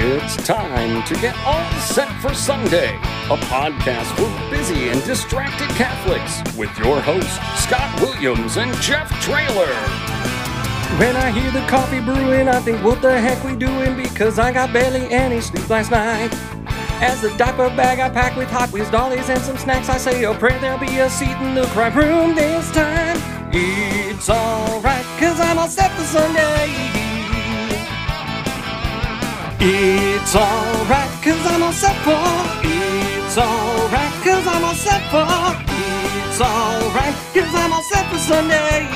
It's time to get all set for Sunday, a podcast for busy and distracted Catholics with your hosts, Scott Williams and Jeff Trailer. When I hear the coffee brewing, I think, what the heck we doing? Because I got barely any sleep last night. As the diaper bag I pack with Hot Wheels dollies and some snacks, I say a prayer there'll be a seat in the crime room this time. It's alright, cause I'm all set for Sunday. It's alright, cause I'm all set for. It's alright, cause I'm all set for. It's alright, cause I'm all set for Sunday.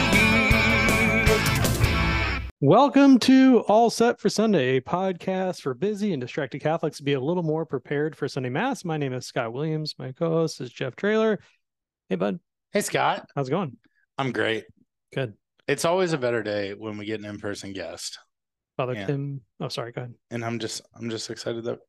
Welcome to All Set for Sunday, a podcast for busy and distracted Catholics to be a little more prepared for Sunday Mass. My name is Scott Williams. My co host is Jeff Trailer. Hey, bud. Hey Scott, How's it going? I'm great. Good. It's always a better day when we get an in-person guest, Father Yeah. Tim. Oh, sorry. Go ahead. and I'm just I'm just excited that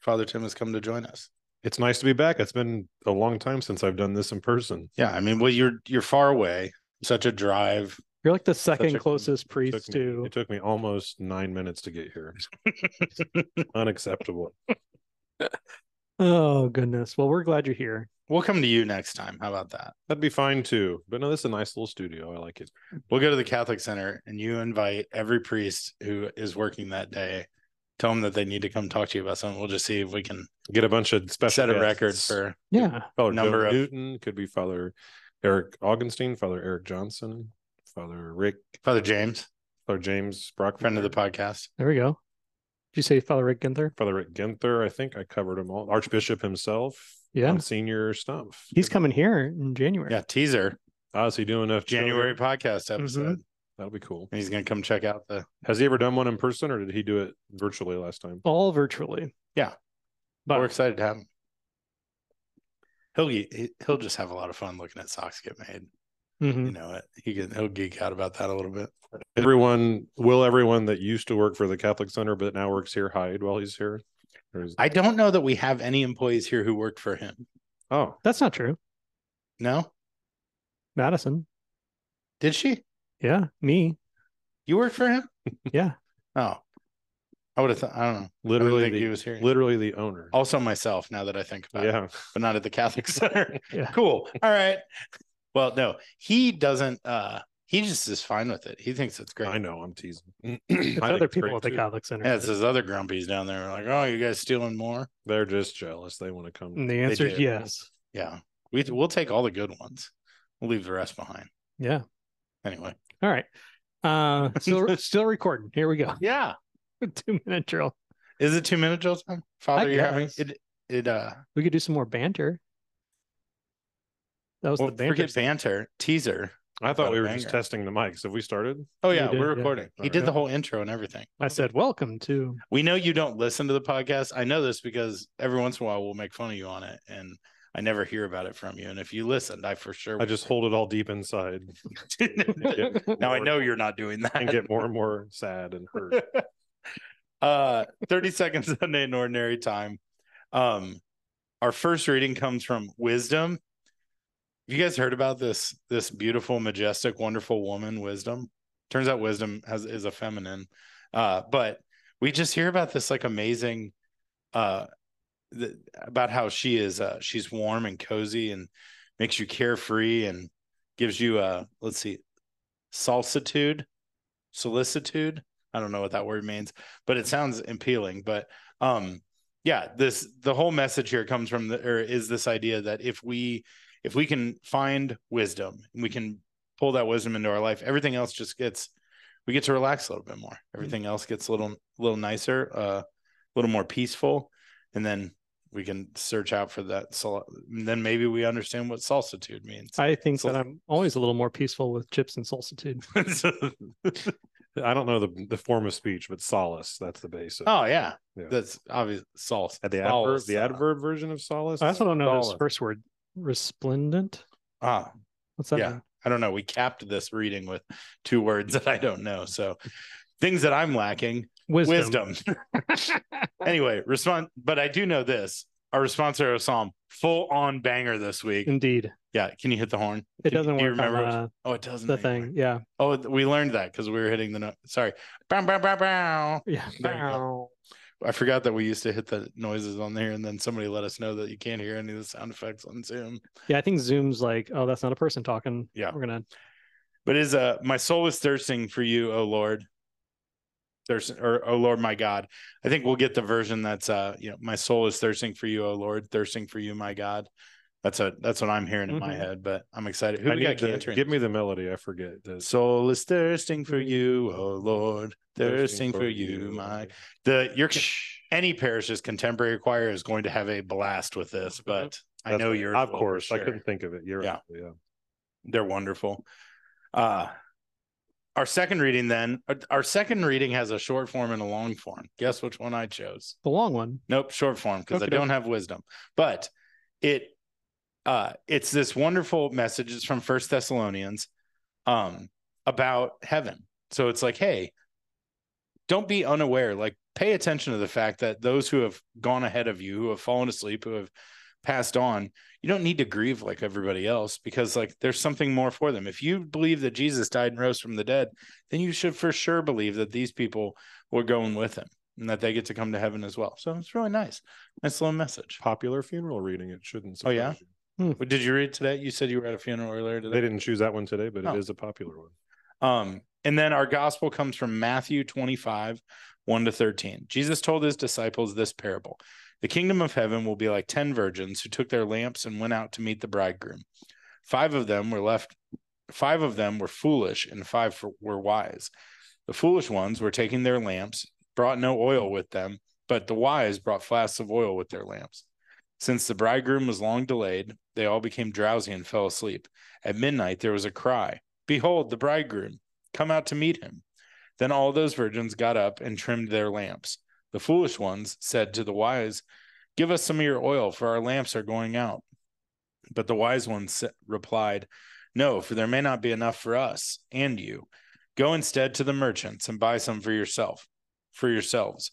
Father Tim has come to join us. It's nice to be back. It's been a long time since I've done this in person. Yeah, I mean, well, you're you're far away, such a drive. You're like the Such second a- closest it priest took me- to. It took me almost nine minutes to get here. Unacceptable. Oh, goodness. Well, we're glad you're here. We'll come to you next time. How about that? That'd be fine too. But no, this is a nice little studio. I like it. We'll go to the Catholic Center, and you invite every priest who is working that day. Tell them that they need to come talk to you about something. We'll just see if we can Get a bunch of special set a record guests. for. Yeah. Father number Joe of- Newton. Could be Father Eric Augenstein, Father Eric Johnson, Father Rick, Father James, Father James Brock, friend of the podcast. There we go. Did you say Father Rick Ginther? Father Rick Ginther. I think I covered them all. Archbishop himself. Yeah. Senior Stumpf. He's coming here in January. Yeah, teaser How's he doing? Enough January podcast Mm-hmm. episode. That'll be cool. And he's gonna come check out the Has he ever done one in person or did he do it virtually last time? All virtually. Yeah. But We're excited to have him. He'll ge- he- he'll just have a lot of fun looking at socks get made. Mhm. You know it. He can he'll geek out about that a little bit. Everyone will everyone that used to work for the Catholic Center but now works here hide while he's here? Or is- I don't know that we have any employees here who worked for him. oh, that's not true. No, Madison. did she? Yeah. Me. You worked for him? Yeah. Oh, I would have thought. I don't know. I literally didn't think the, he was here. Oh, literally the owner. also, myself. Now that I think about it, yeah. but not at the Catholic Center. Yeah. Cool. All right. Well, no, he doesn't. uh He just is fine with it. He thinks it's great. I know, I'm teasing. It's other people at the Catholic Center. Yeah, it's his other grumpies down there. Like, oh, you guys stealing more? They're just jealous. They want to come. And the answer is do. yes. Yeah. We we'll take all the good ones. We'll leave the rest behind. Yeah. Anyway. All right. Uh still still recording. Here we go. Yeah. Two minute drill. Is it two minute drill time? Father, you're having guess. it it uh We could do some more banter. That was well, the banter. forget banter, teaser. I thought Got a we were just banger. testing the mics. Have we started? Oh We yeah, did, we're yeah. recording. He Alright. did the whole intro and everything. I said welcome to We know you don't listen to the podcast. I know this because every once in a while we'll make fun of you on it and I never hear about it from you. And if you listened, I for sure I just hold it all deep inside. get now I more- know you're not doing that. and get more and more sad and hurt. uh 30 seconds Sunday in ordinary time. Um our first reading comes from Wisdom. Have you guys heard about this this beautiful, majestic, wonderful woman, Wisdom? Turns out Wisdom has is a feminine. Uh but we just hear about this like amazing uh th- about how she is uh she's warm and cozy and makes you carefree and gives you uh let's see solitude solicitude i don't know what that word means but it sounds appealing but um yeah this the whole message here comes from the or is this idea that if we if we can find wisdom we can pull that wisdom into our life everything else just gets we get to relax a little bit more Mm-hmm. everything else gets a little little nicer uh a little more peaceful and then we can search out for that so then maybe we understand what solitude means I think Sol- that I'm always a little more peaceful with chips and solitude. I don't know the the form of speech, but solace. That's the basic. oh yeah, Yeah. that's obvious solace At Uh, the adverb, Solace. the adverb version of solace. I also don't know this Solace. first word. Resplendent. ah What's that? Yeah. mean? I don't know. We capped this reading with two words that I don't know. So things that I'm lacking Wisdom. wisdom. anyway, respond. But I do know this. Our response to our psalm, full on banger this week. Indeed. Yeah. Can you hit the horn? It Do you- doesn't do you work on remember uh, Oh, it doesn't. the anymore. thing. Yeah. Oh, th- we learned that because we were hitting the note. Sorry. Bow, bow, bow, bow. Yeah. There you I forgot that we used to hit the noises on there, and then somebody let us know that you can't hear any of the sound effects on Zoom. Yeah, I think Zoom's like, oh, that's not a person talking. Yeah. We're gonna But is uh my soul is thirsting for you, oh Lord. Thirst or oh Lord my God. I think we'll get the version that's uh you know, my soul is thirsting for you, oh Lord, thirsting for you, my God. That's a that's what I'm hearing in my Mhm. head, but I'm excited. Who Mm-hmm. I we got need the- cantering? give me the melody. I forget. The, soul is thirsting Mm-hmm. for you, oh Lord, thirsting, for, you, my the your any parish's contemporary choir is going to have a blast with this, but I That's know right. you're Of course, I sure. couldn't think of it. You're Yeah. right. yeah. they're wonderful. Uh our second reading then our, our second reading has a short form and a long form. Guess which one I chose? the long one. Nope, short form because I Okey-doke. don't have wisdom. But it uh it's this wonderful message it's from First Thessalonians um about heaven. So it's like, hey, don't be unaware. Like pay attention to the fact that those who have gone ahead of you, who have fallen asleep, who have passed on, you don't need to grieve like everybody else because like there's something more for them. If you believe that Jesus died and rose from the dead, then you should for sure believe that these people were going with him and that they get to come to heaven as well. So it's really nice. Nice little message. Popular funeral reading. It shouldn't. Oh, yeah? surprise you. What Did you read today? You said you were at a funeral earlier today. They didn't choose that one today, but Oh. it is a popular one. Um, and then our gospel comes from Matthew 25, 1 to 13. Jesus told his disciples this parable The kingdom of heaven will be like 10 virgins who took their lamps and went out to meet the bridegroom. Five of them were left, five of them were foolish, and five for- were wise. The foolish ones were taking their lamps, brought no oil with them, but the wise brought flasks of oil with their lamps. Since the bridegroom was long delayed, they all became drowsy and fell asleep. At midnight, there was a cry Behold, the bridegroom! come out to meet him. Then all those virgins got up and trimmed their lamps. The foolish ones said to the wise, Give us some of your oil, for our lamps are going out. But the wise ones sa- replied, No, for there may not be enough for us and you. Go instead to the merchants and buy some for yourself, for yourselves.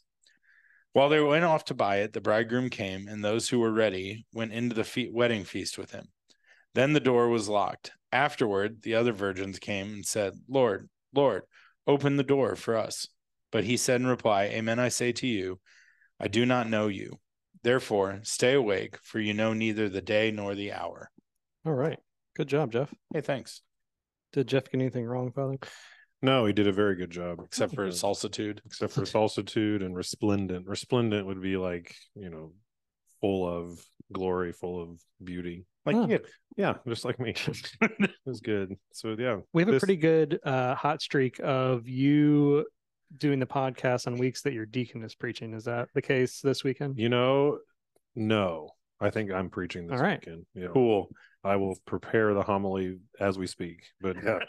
While they went off to buy it, the bridegroom came, and those who were ready went into the fe- wedding feast with him. Then the door was locked. Afterward, the other virgins came and said, Lord, Lord, open the door for us. But he said in reply, Amen, I say to you, I do not know you. Therefore, stay awake, for you know neither the day nor the hour. All right. Good job, Jeff. Hey, thanks. Did Jeff get anything wrong, Father? No, he did a very good job, Except for Yeah. salsitude. except for Solitude and Resplendent. Resplendent would be like you know, full of glory, full of beauty. Like, Huh. yeah, Yeah, just like me. it was good. So yeah, We have a This- pretty good uh hot streak of you doing the podcast on weeks that your deacon is preaching. Is that the case this weekend? you know, no, I think I'm preaching this All right. weekend. Yeah, cool. I will prepare the homily as we speak. But yeah,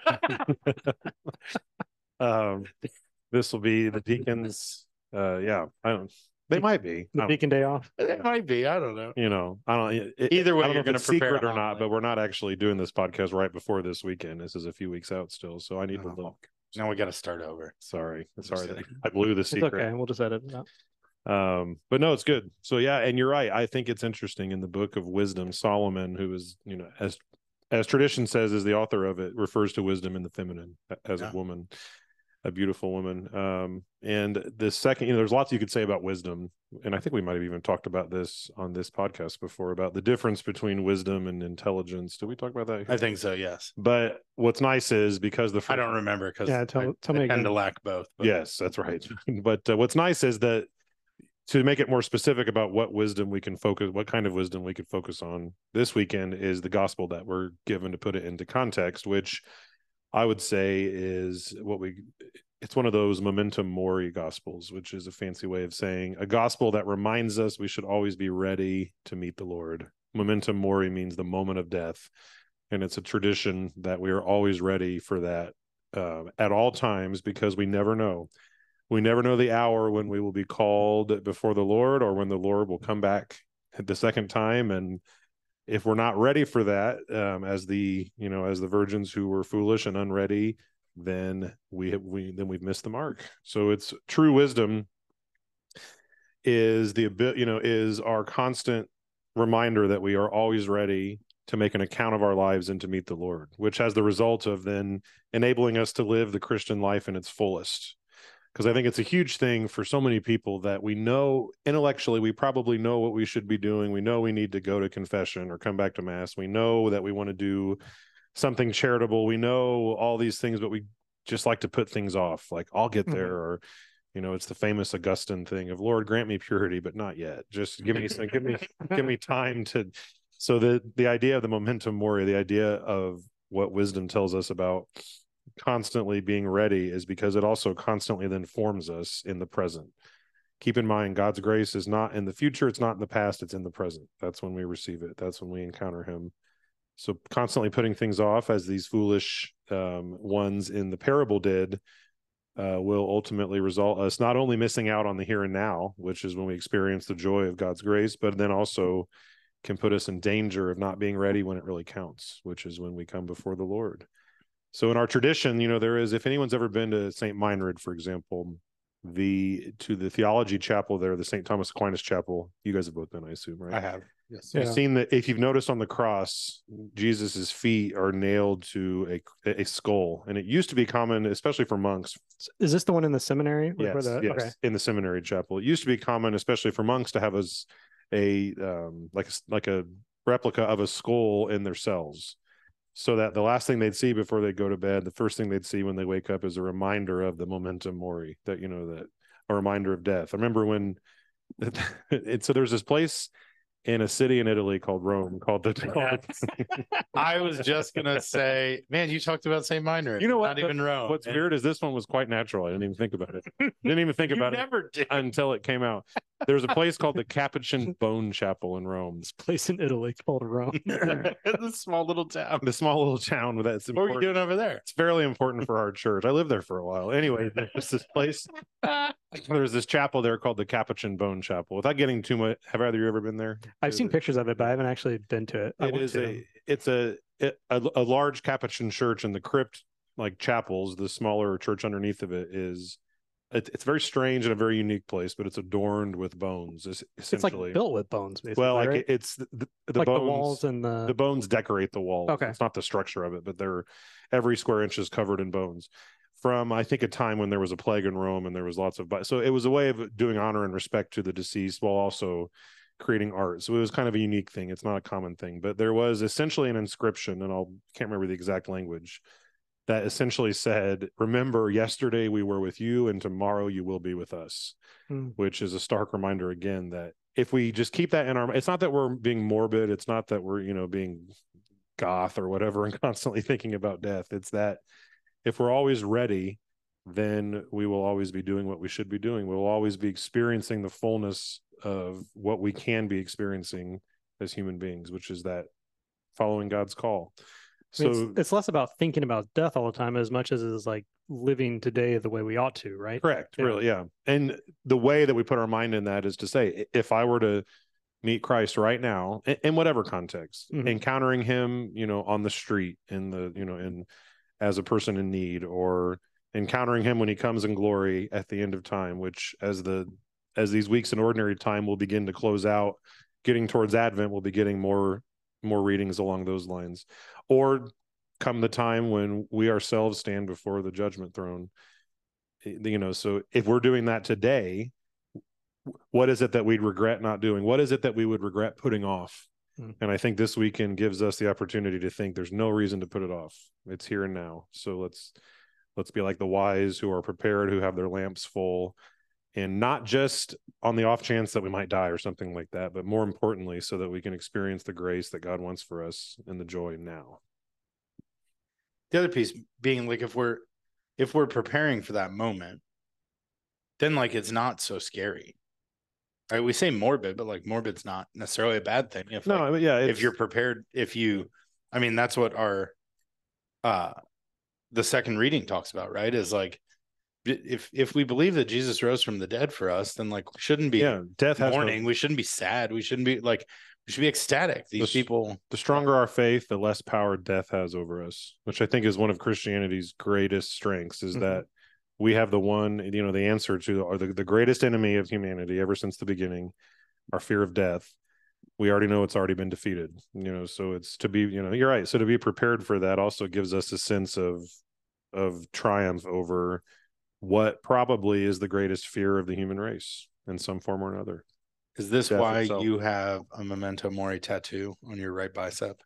um, this will be the deacons. Uh, yeah, I don't. They might be. I The don't- deacon day off. It might be. I don't know. you know, I don't. it- It, Either way, I don't you're know going if to it's prepare secret a or not, homily. but we're not actually doing this podcast right before this weekend. This is a few weeks out still, so I need to Oh. look. Now we got to start over. Sorry, I'm just sorry, that kidding. I blew the It's okay. secret. We'll just edit it out. Um, but no, it's good. So yeah, and you're right. I think it's interesting in the Book of Wisdom, Solomon, who is you know as as tradition says is the author of it, refers to wisdom in the feminine a- as Yeah. a woman, a beautiful woman. Um, and the second, you know, there's lots you could say about wisdom, and I think we might have even talked about this on this podcast before about the difference between wisdom and intelligence. Did we talk about that? I think so, yes. But what's nice is because the I don't remember because Yeah, tell tell me I tend to again. lack both. but- Yes, that's right. but uh, what's nice is that to make it more specific about what wisdom we can focus, what kind of wisdom we could focus on this weekend is the gospel that we're given to put it into context, which I would say is what we. It's one of those momentum mori gospels, which is a fancy way of saying a gospel that reminds us we should always be ready to meet the Lord. Momentum mori means the moment of death, and it's a tradition that we are always ready for that um, at all times because we never know. We never know the hour when we will be called before the Lord or when the Lord will come back at the second time. And if we're not ready for that, um, as the you know, as the virgins who were foolish and unready, then we we then we've missed the mark. So it's true wisdom is the abi- you know is our constant reminder that we are always ready to make an account of our lives and to meet the Lord, which has the result of then enabling us to live the Christian life in its fullest. because I think it's a huge thing for so many people that we know intellectually, we probably know what we should be doing. We know we need to go to confession or come back to mass. We know that we want to do something charitable. We know all these things, but we just like to put things off, like, I'll get Mhm. there, or, you know, it's the famous Augustine thing of Lord, grant me purity, but not yet. Just give me some, give me, give me time to. So the the idea of the momentum mori, the idea of what wisdom tells us about constantly being ready is because it also constantly then forms us in the present. Keep in mind, God's grace is not in the future, it's not in the past, it's in the present. That's when we receive it, that's when we encounter Him. So, constantly putting things off as these foolish um, ones in the parable did uh, will ultimately result us not only missing out on the here and now, which is when we experience the joy of God's grace, but then also can put us in danger of not being ready when it really counts, which is when we come before the Lord. So in our tradition, you know, there is if anyone's ever been to St. Meinrad, for example, the to the theology chapel there, the St. Thomas Aquinas chapel. You guys have both been, I assume, right? I have. Yes. You've seen that if you've noticed on the cross, Jesus's feet are nailed to a a skull, and it used to be common, especially for monks, Is this the one in the seminary? Like, where yes, the- yes, Okay. in the seminary chapel. It used to be common, especially for monks, to have a s- a um, like a, s- like a replica of a skull in their cells, so that the last thing they'd see before they go to bed, the first thing they'd see when they wake up is a reminder of the momentum mori that you know that a reminder of death. I remember when, and so there's this place in a city in Italy called Rome called the. I was just gonna say, man, you talked about St. Minor. You know what? Not even Rome. What's And weird is this one was quite natural. I didn't even think about it. Didn't even think You about it. never did. until it came out. There's a place called the Capuchin Bone Chapel in Rome. This place in Italy called Rome. this small little town. The small little town with that's What were you important. doing over there? It's fairly important for our church. I lived there for a while. Anyway, there's this place. There's this chapel there called the Capuchin Bone Chapel. Without getting too much, have either of you ever been there? I've seen There's a- pictures of it, but I haven't actually been to it. I it want is to. a it's a, it- a a large capuchin church and the crypt like chapels the smaller church underneath of it is it, it's very strange and a very unique place but it's adorned with bones es- It's like essentially built with bones, basically. well like right? it- it's the, the, the like bones the walls and the, the bones decorate the walls. Okay. It's not the structure of it, but they're every square inch is covered in bones. From I think a time when there was a plague in Rome and there was lots of bo- so it was a way of doing honor and respect to the deceased while also creating art. So it was kind of a unique thing. It's not a common thing, but there was essentially an inscription, and I'll can't remember the exact language that essentially said, "Remember, yesterday we were with you, and tomorrow you will be with us." Hmm. Which is a stark reminder again that if we just keep that in our, it's not that we're being morbid. It's not that we're you know being goth or whatever and constantly thinking about death. It's that if we're always ready, then we will always be doing what we should be doing. We will always be experiencing the fullness of what we can be experiencing as human beings, which is that following God's call. I So mean, it's, it's less about thinking about death all the time as much as it is like living today the way we ought to, right? Correct. Yeah. Really. Yeah. And the way that we put our mind in that is to say, i- if I were to meet Christ right now, in, in whatever context, Mhm. encountering him, you know, on the street, in the, you know, in as a person in need, or encountering him when he comes in glory at the end of time, which as the, as these weeks in ordinary time will begin to close out, getting towards Advent, we'll be getting more, more readings along those lines. Or come the time when we ourselves stand before the judgment throne eh, you know so if we're doing that today what is it that we'd regret not doing what is it that we would regret putting off Hmm. Mm. and i think this weekend gives us the opportunity to think there's no reason to put it off it's here and now so let's let's be like the wise who are prepared who have their lamps full and not just on the off chance that we might die or something like that but more importantly so that we can experience the grace that god wants for us and the joy now the other piece being like if we're if we're preparing for that moment then like it's not so scary right we say morbid but like morbid's not necessarily a bad thing if no like, I mean, yeah if it's- you're prepared if you i mean that's what our uh the second reading talks about right is like i- if if we believe that jesus rose from the dead for us then like we shouldn't be yeah death has no- mourning we shouldn't be sad we shouldn't be like we should be ecstatic these This- people the stronger our faith the less power death has over us which i think is one of christianity's greatest strengths is Mhm. that we have the one you know the answer to or the, the greatest enemy of humanity ever since the beginning our fear of death we already know it's already been defeated you know so it's to be you know you're right so to be prepared for that also gives us a sense of of triumph over what probably is the greatest fear of the human race in some form or another. Is this Death why itself. you have a memento mori tattoo on your right bicep?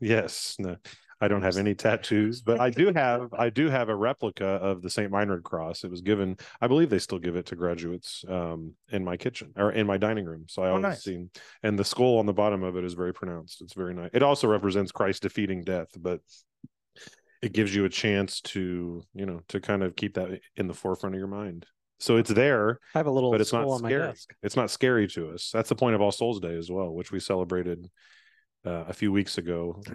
Yes, no, I don't have any tattoos, but I do have I do have a replica of the St. Meinrad cross. It was given, I believe they still give it to graduates um, in my kitchen or in my dining room. So I always nice. see, and the skull on the bottom of it is very pronounced. It's very nice. It also represents Christ defeating death, but it gives you a chance to you know to kind of keep that in the forefront of your mind. So it's there, I have a little but it's not skull on my scary. desk. It's not scary to us. That's the point of All Souls Day as well, which we celebrated uh, a few weeks ago. I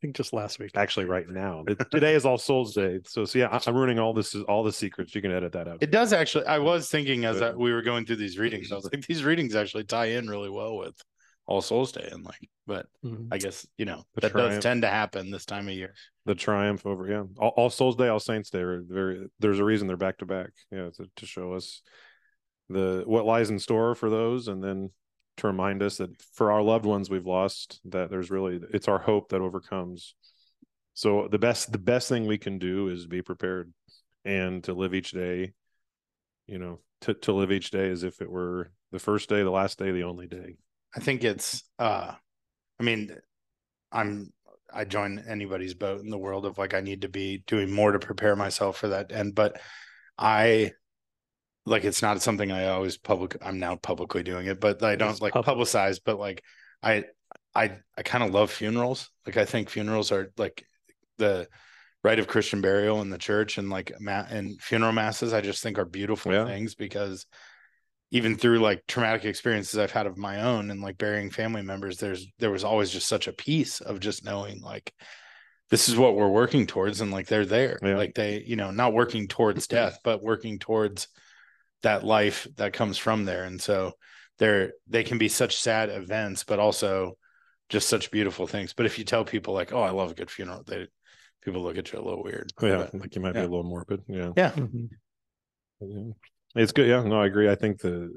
think just last week. Actually, right now, It- today is All Souls Day. So, so yeah, I- I'm ruining all this, all the secrets. You can edit that out. It does actually. I was thinking as I, Good. we were going through these readings, I was like, these readings actually tie in really well with All Souls Day, and like, but Mhm. I guess you know The that triumph. does tend to happen this time of year. The triumph over yeah, all, all Souls Day, All Saints Day. Are very, there's a reason they're back to back. Yeah, to, to show us the what lies in store for those, and then to remind us that for our loved ones we've lost, that there's really it's our hope that overcomes. So the best, the best thing we can do is be prepared and to live each day. You know, to to live each day as if it were the first day, the last day, the only day. I think it's uh I mean I'm I join anybody's boat in the world of like I need to be doing more to prepare myself for that and but I like it's not something I always public I'm now publicly doing it but I don't is like public. publicize but like I I I kind of love funerals like I think funerals are like the rite of Christian burial in the church and like ma- and funeral masses I just think are beautiful Yeah. things because even through like traumatic experiences I've had of my own and like burying family members, there's there was always just such a piece of just knowing like this is what we're working towards and like they're there. Yeah. Like they, you know, not working towards death, but working towards that life that comes from there. And so they're they can be such sad events, but also just such beautiful things. But if you tell people like, oh, I love a good funeral, they people look at you a little weird. Oh, Yeah, But- like you might be yeah. a little morbid. Yeah. Mhm. Yeah. It's good. Yeah, no, I agree. I think the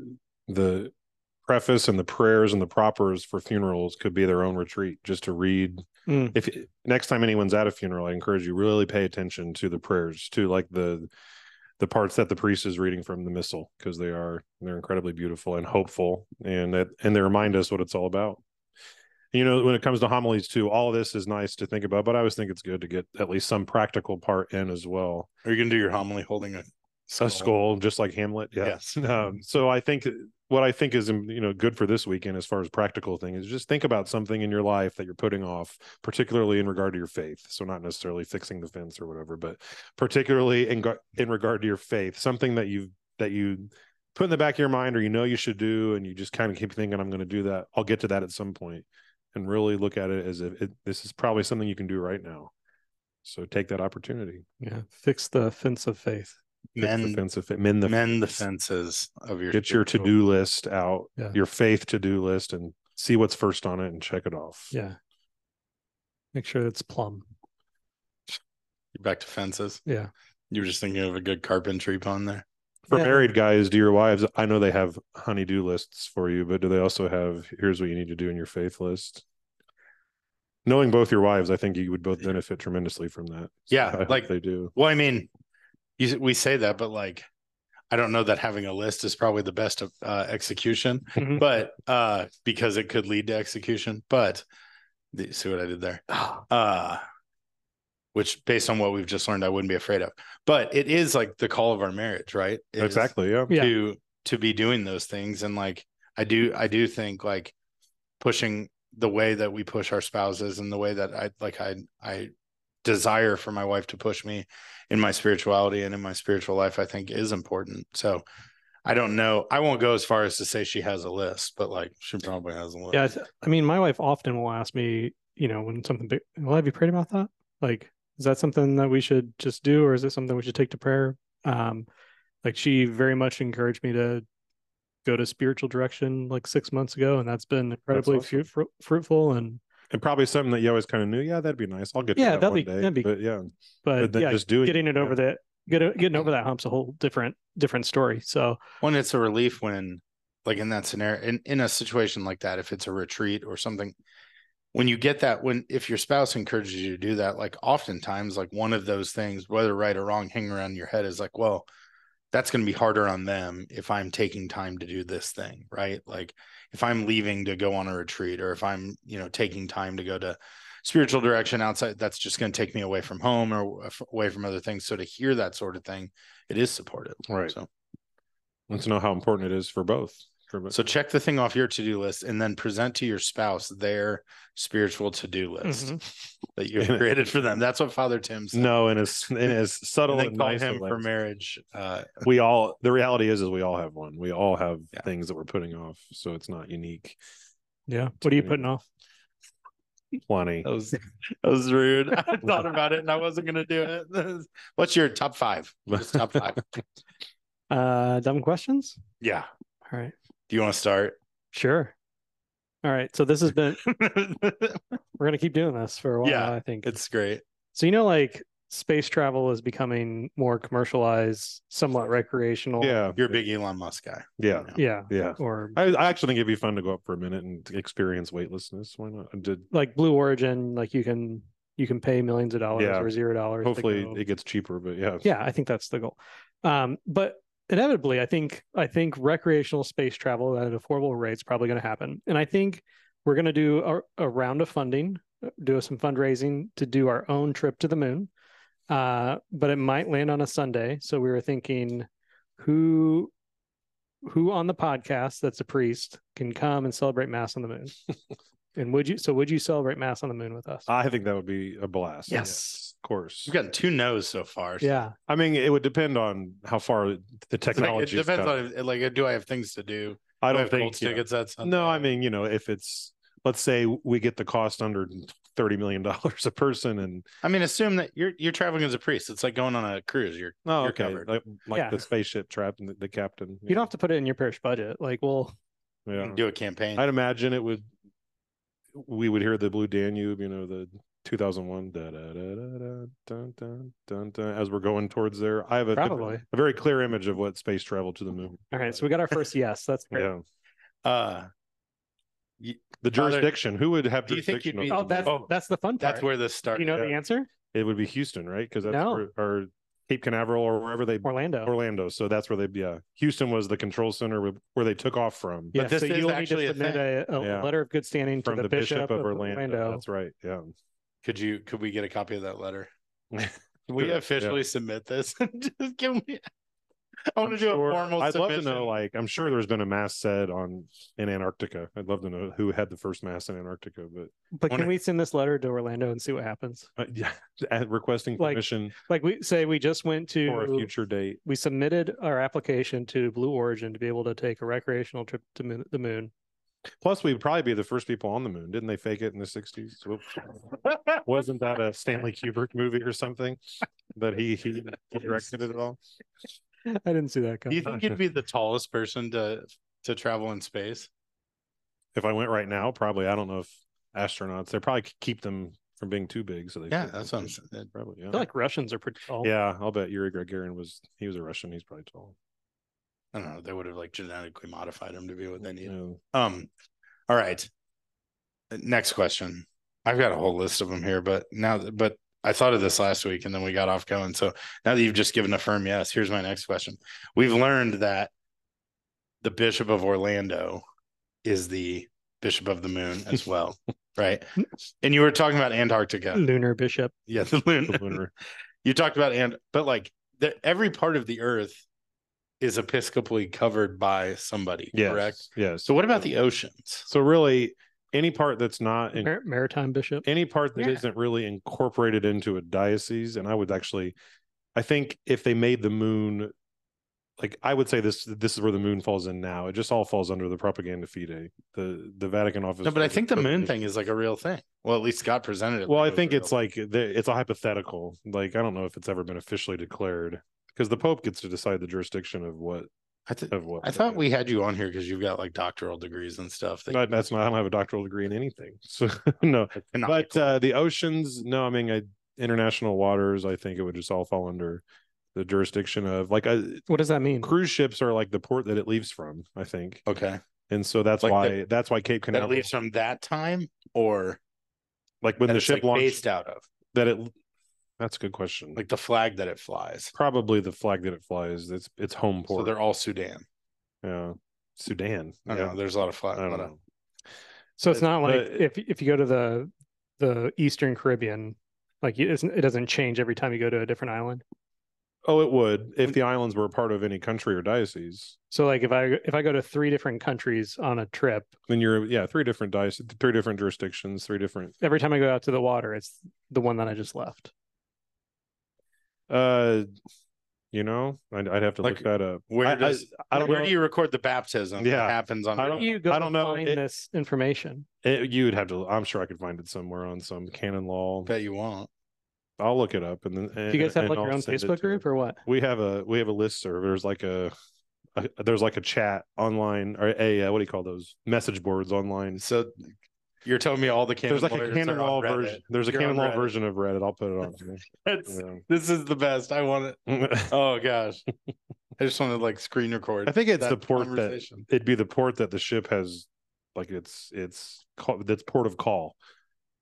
the preface and the prayers and the propers for funerals could be their own retreat just to read. Mm. If next time anyone's at a funeral, I encourage you really pay attention to the prayers, to like the the parts that the priest is reading from the missal because they are they're incredibly beautiful and hopeful and that and they remind us what it's all about. You know, when it comes to homilies too, all of this is nice to think about, but I always think it's good to get at least some practical part in as well Are you gonna do your homily holding a a skull just like hamlet yeah. Oh. Yes. um, so i think what i think is you know good for this weekend as far as practical thing is just think about something in your life that you're putting off particularly in regard to your faith so not necessarily fixing the fence or whatever but particularly in, gar- in regard to your faith something that you've that you put in the back of your mind or you know you should do and you just kind of keep thinking i'm going to do that i'll get to that at some point and really look at it as if it, this is probably something you can do right now so take that opportunity Yeah. Fix the fence of faith. Fix the Men, fence of fa- mend the mend the fences of your get your to spiritual- do list out, Yeah. your faith to do list, and see what's first on it and check it off. Yeah. Make sure it's plumb. You're back to fences. Yeah. You were just thinking of a good carpentry pun there. For Yeah. married guys, do your wives, I know they have honeydew lists for you, but do they also have here's what you need to do in your faith list? Knowing both your wives, I think you would both benefit tremendously from that. Yeah, I hope like- they do. Well, I mean, you, we say that, but like, I don't know that having a list is probably the best of uh, execution, Mhm. but uh, because it could lead to execution. But the, see what I did there, uh, which based on what we've just learned, I wouldn't be afraid of. But it is like the call of our marriage, right? It is- Exactly. Yeah. Yeah. to to be doing those things and like i do i do think like pushing the way that we push our spouses and the way that i like i i desire for my wife to push me in my spirituality and in my spiritual life i think is important so i don't know i won't go as far as to say she has a list but like she probably has a list Yeah. it's- I mean, my wife often will ask me, you know, when something big, well, have you prayed about that? Like, is that something that we should just do or is it something we should take to prayer? Um, like, she very much encouraged me to go to spiritual direction like six months ago. And that's been incredibly awesome. fruit, fruitful. And, And probably something that you always kind of knew. Yeah, that'd be nice. I'll get to Yeah, that that'd one be- day. that'd be- But yeah. but, But then yeah, just doing getting it yeah. over that, get, getting over that hump's a whole different, different story. So, one it's a relief when like in that scenario in, in a situation like that if it's a retreat or something when you get that when if your spouse encourages you to do that like oftentimes like one of those things whether right or wrong hanging around your head is like well that's going to be harder on them if I'm taking time to do this thing, right? Like if I'm leaving to go on a retreat or if I'm, you know, taking time to go to spiritual direction outside, that's just going to take me away from home or uh, f- away from other things. So to hear that sort of thing, it is supported. Right. So, want to know how important it is for both. For both. so check the thing off your to do list and then present to your spouse their spiritual to do list Mhm. that you have created for them. That's what Father Tim said. no, and as and as subtle And and, then call nice him of for us, marriage. Uh, we all the reality is is we all have one. We all have Yeah. things that we're putting off, so it's not unique. Yeah. What are you putting off? Plenty. That was that was rude. I thought about it and I wasn't gonna do it. What's your top five? Just top five. Uh, dumb questions. Yeah. All right. Do you want to start? Sure. All right. So this has been. we're gonna keep doing this for a while. Yeah, I think it's great. so. You know, like space travel is becoming more commercialized, somewhat recreational. Yeah, You're a big Elon Musk guy. yeah, Yeah. yeah. Or I, I actually think it'd be fun to go up for a minute and experience weightlessness. Why not? I Did like Blue Origin, like you can you can pay millions of dollars Yeah. or zero dollars. to hopefully go. it gets cheaper, but yeah, yeah i think that's the goal um but inevitably i think i think recreational space travel at an affordable rate is probably going to happen and i think we're going to do a, a round of funding uh, do some fundraising to do our own trip to the moon uh but it might land on a sunday so we were thinking who who on the podcast that's a priest can come and celebrate mass on the moon and would you so would you celebrate mass on the moon with us I think that would be a blast. Yes. of course. You've gotten two no's so far. yeah I mean, it would depend on how far the It's like- it technology. depends on if- like do I have things to do? I Do don't have think. Colts yeah. tickets. That's No, I mean, you know, if it's let's say we get the cost under thirty million dollars a person, and I mean, assume that you're you're traveling as a priest. It's like going on a cruise. You're oh, You're okay, covered. like, like Yeah. the spaceship trap and the, the captain. you don't have to put it in your parish budget like well yeah. you can do a campaign. I'd imagine it would. We would hear the Blue Danube, you know, the 2001 da, da, da, da, da, dun, dun, dun, dun, as we're going towards there. I have a, Probably. a very clear image of what space travel to the moon. all right so we got our first yes that's great Yeah, Uh, the Father, jurisdiction. Who would have do you think jurisdiction? you'd over Oh, the that's moon? Oh, that's the fun part. that's where this started. you know the yeah. answer? it would be Houston, right? Because that's No. where, or Cape Canaveral or wherever they Orlando. Orlando. So that's where they yeah. Houston was the control center where- where they took off from. Yeah, But this so is you'll need actually to a submit a, a Yeah. letter of good standing From to the, bishop, of Orlando. That's right. Yeah. Could you could we get a copy of that letter? Can we officially submett submit this? Just give me. I want to do a formal. I'd love to submission. know. Like, I'm sure there's been a mass said on in Antarctica. I'd love to know who had the first mass in Antarctica. But But can Wonder- we send this letter to Orlando and see what happens? uh, yeah, at- requesting Like, permission Like we say we just went for a to future date. we submitted our application to Blue Origin to be able to take a recreational trip to moon, the moon. Plus, we'd probably be the first people on the moon. Didn't they fake it in the '60s? Whoop. Wasn't that a Stanley Kubrick movie or something that he he directed it all? I didn't see that Do you coming. think you'd be the tallest person to to travel in space? If I went right now, probably I don't know if astronauts they probably keep them from being too big. So they Yeah, fit that's in. what I'm saying. Probably I yeah. feel like Russians are pretty tall. yeah, I'll bet Yuri Gagarin was he was a Russian. He's probably tall. I don't know. They would have like genetically modified him to be what they need. Yeah. Um, all right. Next question. I've got a whole list of them here, but now, but I thought of this last week and then we got off going. So now that you've just given a firm yes, here's my next question. We've learned that the Bishop of Orlando is the Bishop of the Moon as well, right? And you were talking about Antarctica. Lunar bishop. Yeah, the moon. The lunar- You talked about and, but like the, every part of the Earth is episcopally covered by somebody, Yes, correct? Yes. So what about the oceans? So really, any part that's not in, Mar- maritime bishop. any part that Yeah. not really incorporated into a diocese, and I would actually, I think if they made the moon, like I would say this this is where the moon falls in now. It just all falls under the propaganda fide. The the Vatican office. No, but I doesn't think the put moon any- thing is like a real thing. Well, at least Scott presented it. Well, I like it was think real. it's like the, it's a hypothetical. Like I don't know if it's ever been officially declared because the Pope gets to decide the jurisdiction of what I, th- of what. I thought we had you on here because you've got like doctoral degrees and stuff. That But that's not. I don't have a doctoral degree in anything. So no, that cannot be but uh, the oceans no i mean I, international waters i think it would just all fall under the jurisdiction of like uh What does that mean? cruise ships are like the port that it leaves from i think called- okay. and so that's Like why the- that's why cape That canaveral leaves from that time or like when that the it's, ship like, launched based out of. that it That's a good question. Like like the flag that it flies. probably the flag that it flies. It's it's home So port. they're all Sudan. yeah. Sudan. I don't Yeah. know. There's a lot of uh, I flags. don't know. So it's But- not like but- if if you go to the the Eastern Caribbean, like it doesn't it doesn't change every time you go to a different island. Oh, it would if the islands were a part of any country or diocese. So like if I if I go to three different countries on a trip, Then you're yeah three different dice, three different jurisdictions, three different. every time I go out to the water, it's the one that I just left. Uh, you know, I'd, I'd have to Like, look that up. Where I- I- does I don't where know. do you record the baptism? Yeah. that happens on. I Where don't- do you go I don't to know. Find It- this information. It, you would have to. I'm sure I could find it somewhere on some canon law. bet you won't. I'll look it up and then. Do you guys have and like I'll your own send it Facebook to you. group or what? We have a we have a list server. There's like a, a there's like a chat online or a uh, what do you call those message boards online. So you're telling me all the canon There's like a lawyers are canon on law Reddit. version. There's a You're on canon law Reddit. version of Reddit. I'll put it on. here. That's- This is the best. I want it. Yeah. Oh gosh, I just want to like screen record. I think it's the port that- conversation. It'd be the port that the ship has, like it's it's call, that's port of call,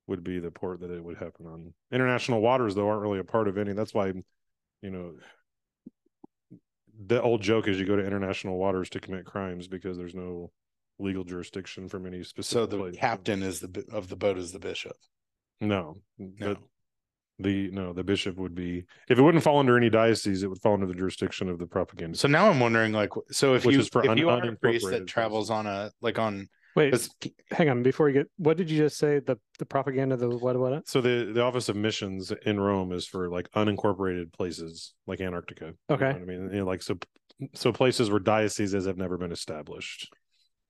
would be the port that it would happen on. International waters though aren't really a part of any. That's why, you know, the old joke is you go to international waters to commit crimes because there's no legal jurisdiction from any specific. So the place. captain is the bi- of the boat is the bishop. No, No. The, the no the bishop would be if it wouldn't fall under any diocese, it would fall under the jurisdiction of the propaganda. So now I'm wondering, like, so if Which you is for if un- you are a priest that unincorporated travels on a like on Wait, 'cause hang on. Before you get, what did you just say? The the propaganda, the what what? So the the office of missions in Rome is for like unincorporated places like Antarctica. You know Okay. what I mean, You know, like so so places where dioceses have never been established.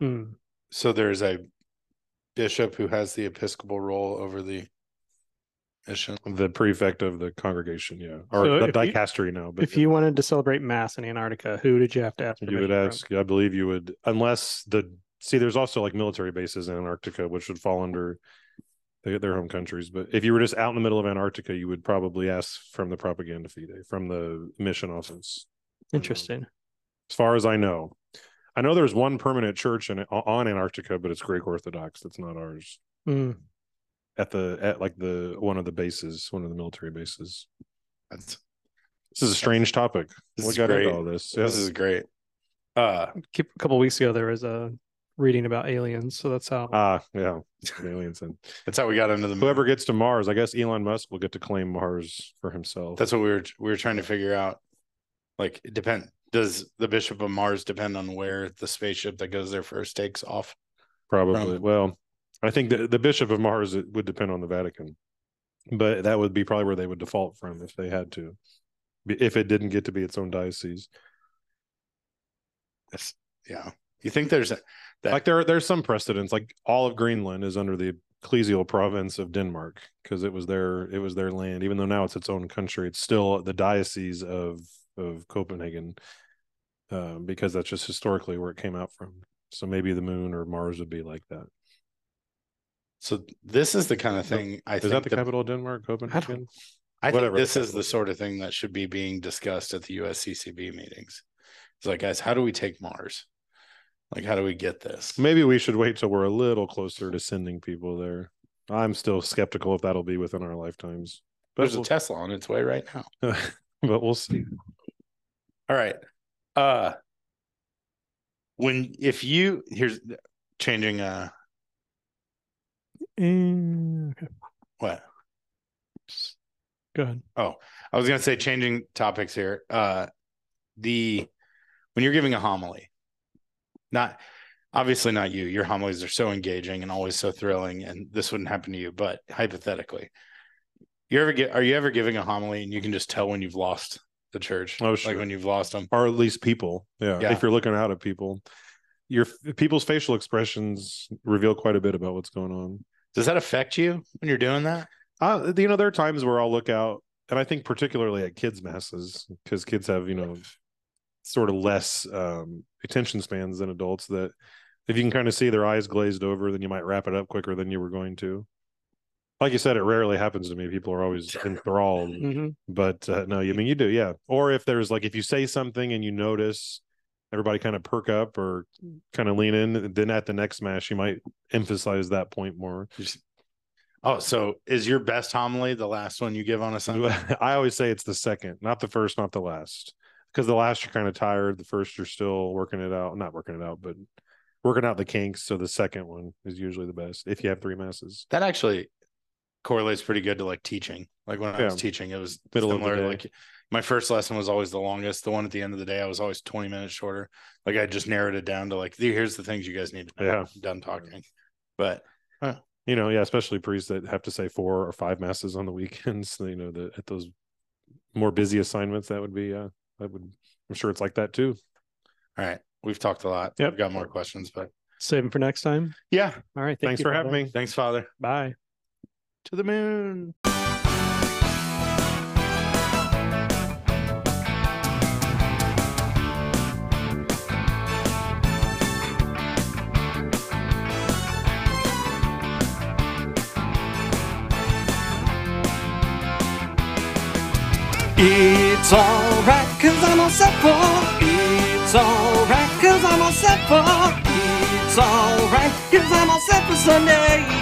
Hmm. so there's a bishop who has the episcopal role over the mission. The prefect of the congregation, yeah, or So if the you- dicastery now. But If you wanted to celebrate Mass in Antarctica, who did you have to ask? you permission would from? ask, I believe you would, unless the see, there's also like military bases in Antarctica, which would fall under their, their home countries. But if you were just out in the middle of Antarctica, you would probably ask from the propaganda fide, from the mission office. Interesting. as far as I know. I know there's one permanent church in on Antarctica, but it's Greek Orthodox. That's not ours. Hmm. At the at like the one of the bases, one of the military bases. That's This is a strange topic. this What is got into great. all this? This Yeah. is great. Uh, Keep- A couple weeks ago, there was a reading about aliens, so that's how. ah yeah, aliens and that's how we got into the whoever gets to Mars. I guess Elon Musk will get to claim Mars for himself. That's what we were we were trying to figure out. Like, it depend does the Bishop of Mars depend on where the spaceship that goes there first takes off? Probably. from- Well, I think the, the Bishop of Mars it would depend on the Vatican, but that would be probably where they would default from if they had to, if it didn't get to be its own diocese. Yeah, you think there's a, that like there there's some precedents like all of greenland is under the ecclesial province of denmark because it was their it was their land even though now it's its own country it's still the diocese of of copenhagen um, because that's just historically where it came out from so maybe the moon or mars would be like that so this is the kind of thing I is think that the, capital of denmark copenhagen I think whatever the this is capital the is. sort of thing that should be being discussed at the USCCB meetings. It's like, guys, how do we take Mars? Like, how do we get this? maybe we should wait till we're a little closer to sending people there i'm still skeptical if that'll be within our lifetimes but, There's a Tesla on its way right now. we'll, but we'll see All right. Uh when if you here's changing uh Eh, Mm, okay. what? Oh, Go ahead. I was gonna say changing topics here. Uh the when you're giving a homily, not obviously not you. Your homilies are so engaging and always so thrilling, and this wouldn't happen to you, but hypothetically. You ever get are you ever giving a homily and you can just tell when you've lost the church? Oh, sure. Like when you've lost them. or at least people. Yeah. Yeah. If you're looking out at people, your people's facial expressions reveal quite a bit about what's going on. Does that affect you when you're doing that? Uh, you know, there are times where I'll look out, and I think particularly at kids' masses, because kids have, you know, sort of less um, attention spans than adults that if you can kind of see their eyes glazed over, then you might wrap it up quicker than you were going to. Like you said, it rarely happens to me. People are always enthralled hmm but uh, no, I mean you do, yeah. Or if there's like if you say something and you notice everybody kind of perk up or kind of lean in, then at the next smash you might emphasize that point more. Oh, so is your best homily the last one you give on a Sunday? I always say it's the second, not the first, not the last. Because the last you're kind of tired, the first you're still working it out, not working it out, but working out the kinks. So the second one is usually the best if you have three masses. That actually correlates pretty good to like teaching. Like when I was Yeah. teaching, it was Middle of the similar. day. Like my first lesson was always the longest. The one at the end of the day, I was always 20 minutes shorter. Like I just narrowed it down to like, here's the things you guys need to know. Yeah. I'm done talking. But You know, yeah, especially priests that have to say four or five masses on the weekends. You know, the, at those more busy assignments, that would be. Uh, that would. I'm sure it's like that too. all right, we've talked a lot. Yep. I've got more questions, but Save them for next time. yeah. All right. thank Thanks you, for Father. having me. Thanks, Father. Bye. To the moon. It's alright, cause I'm all set for. It's alright, cause I'm all set for. It's alright, cause I'm all set for Sunday.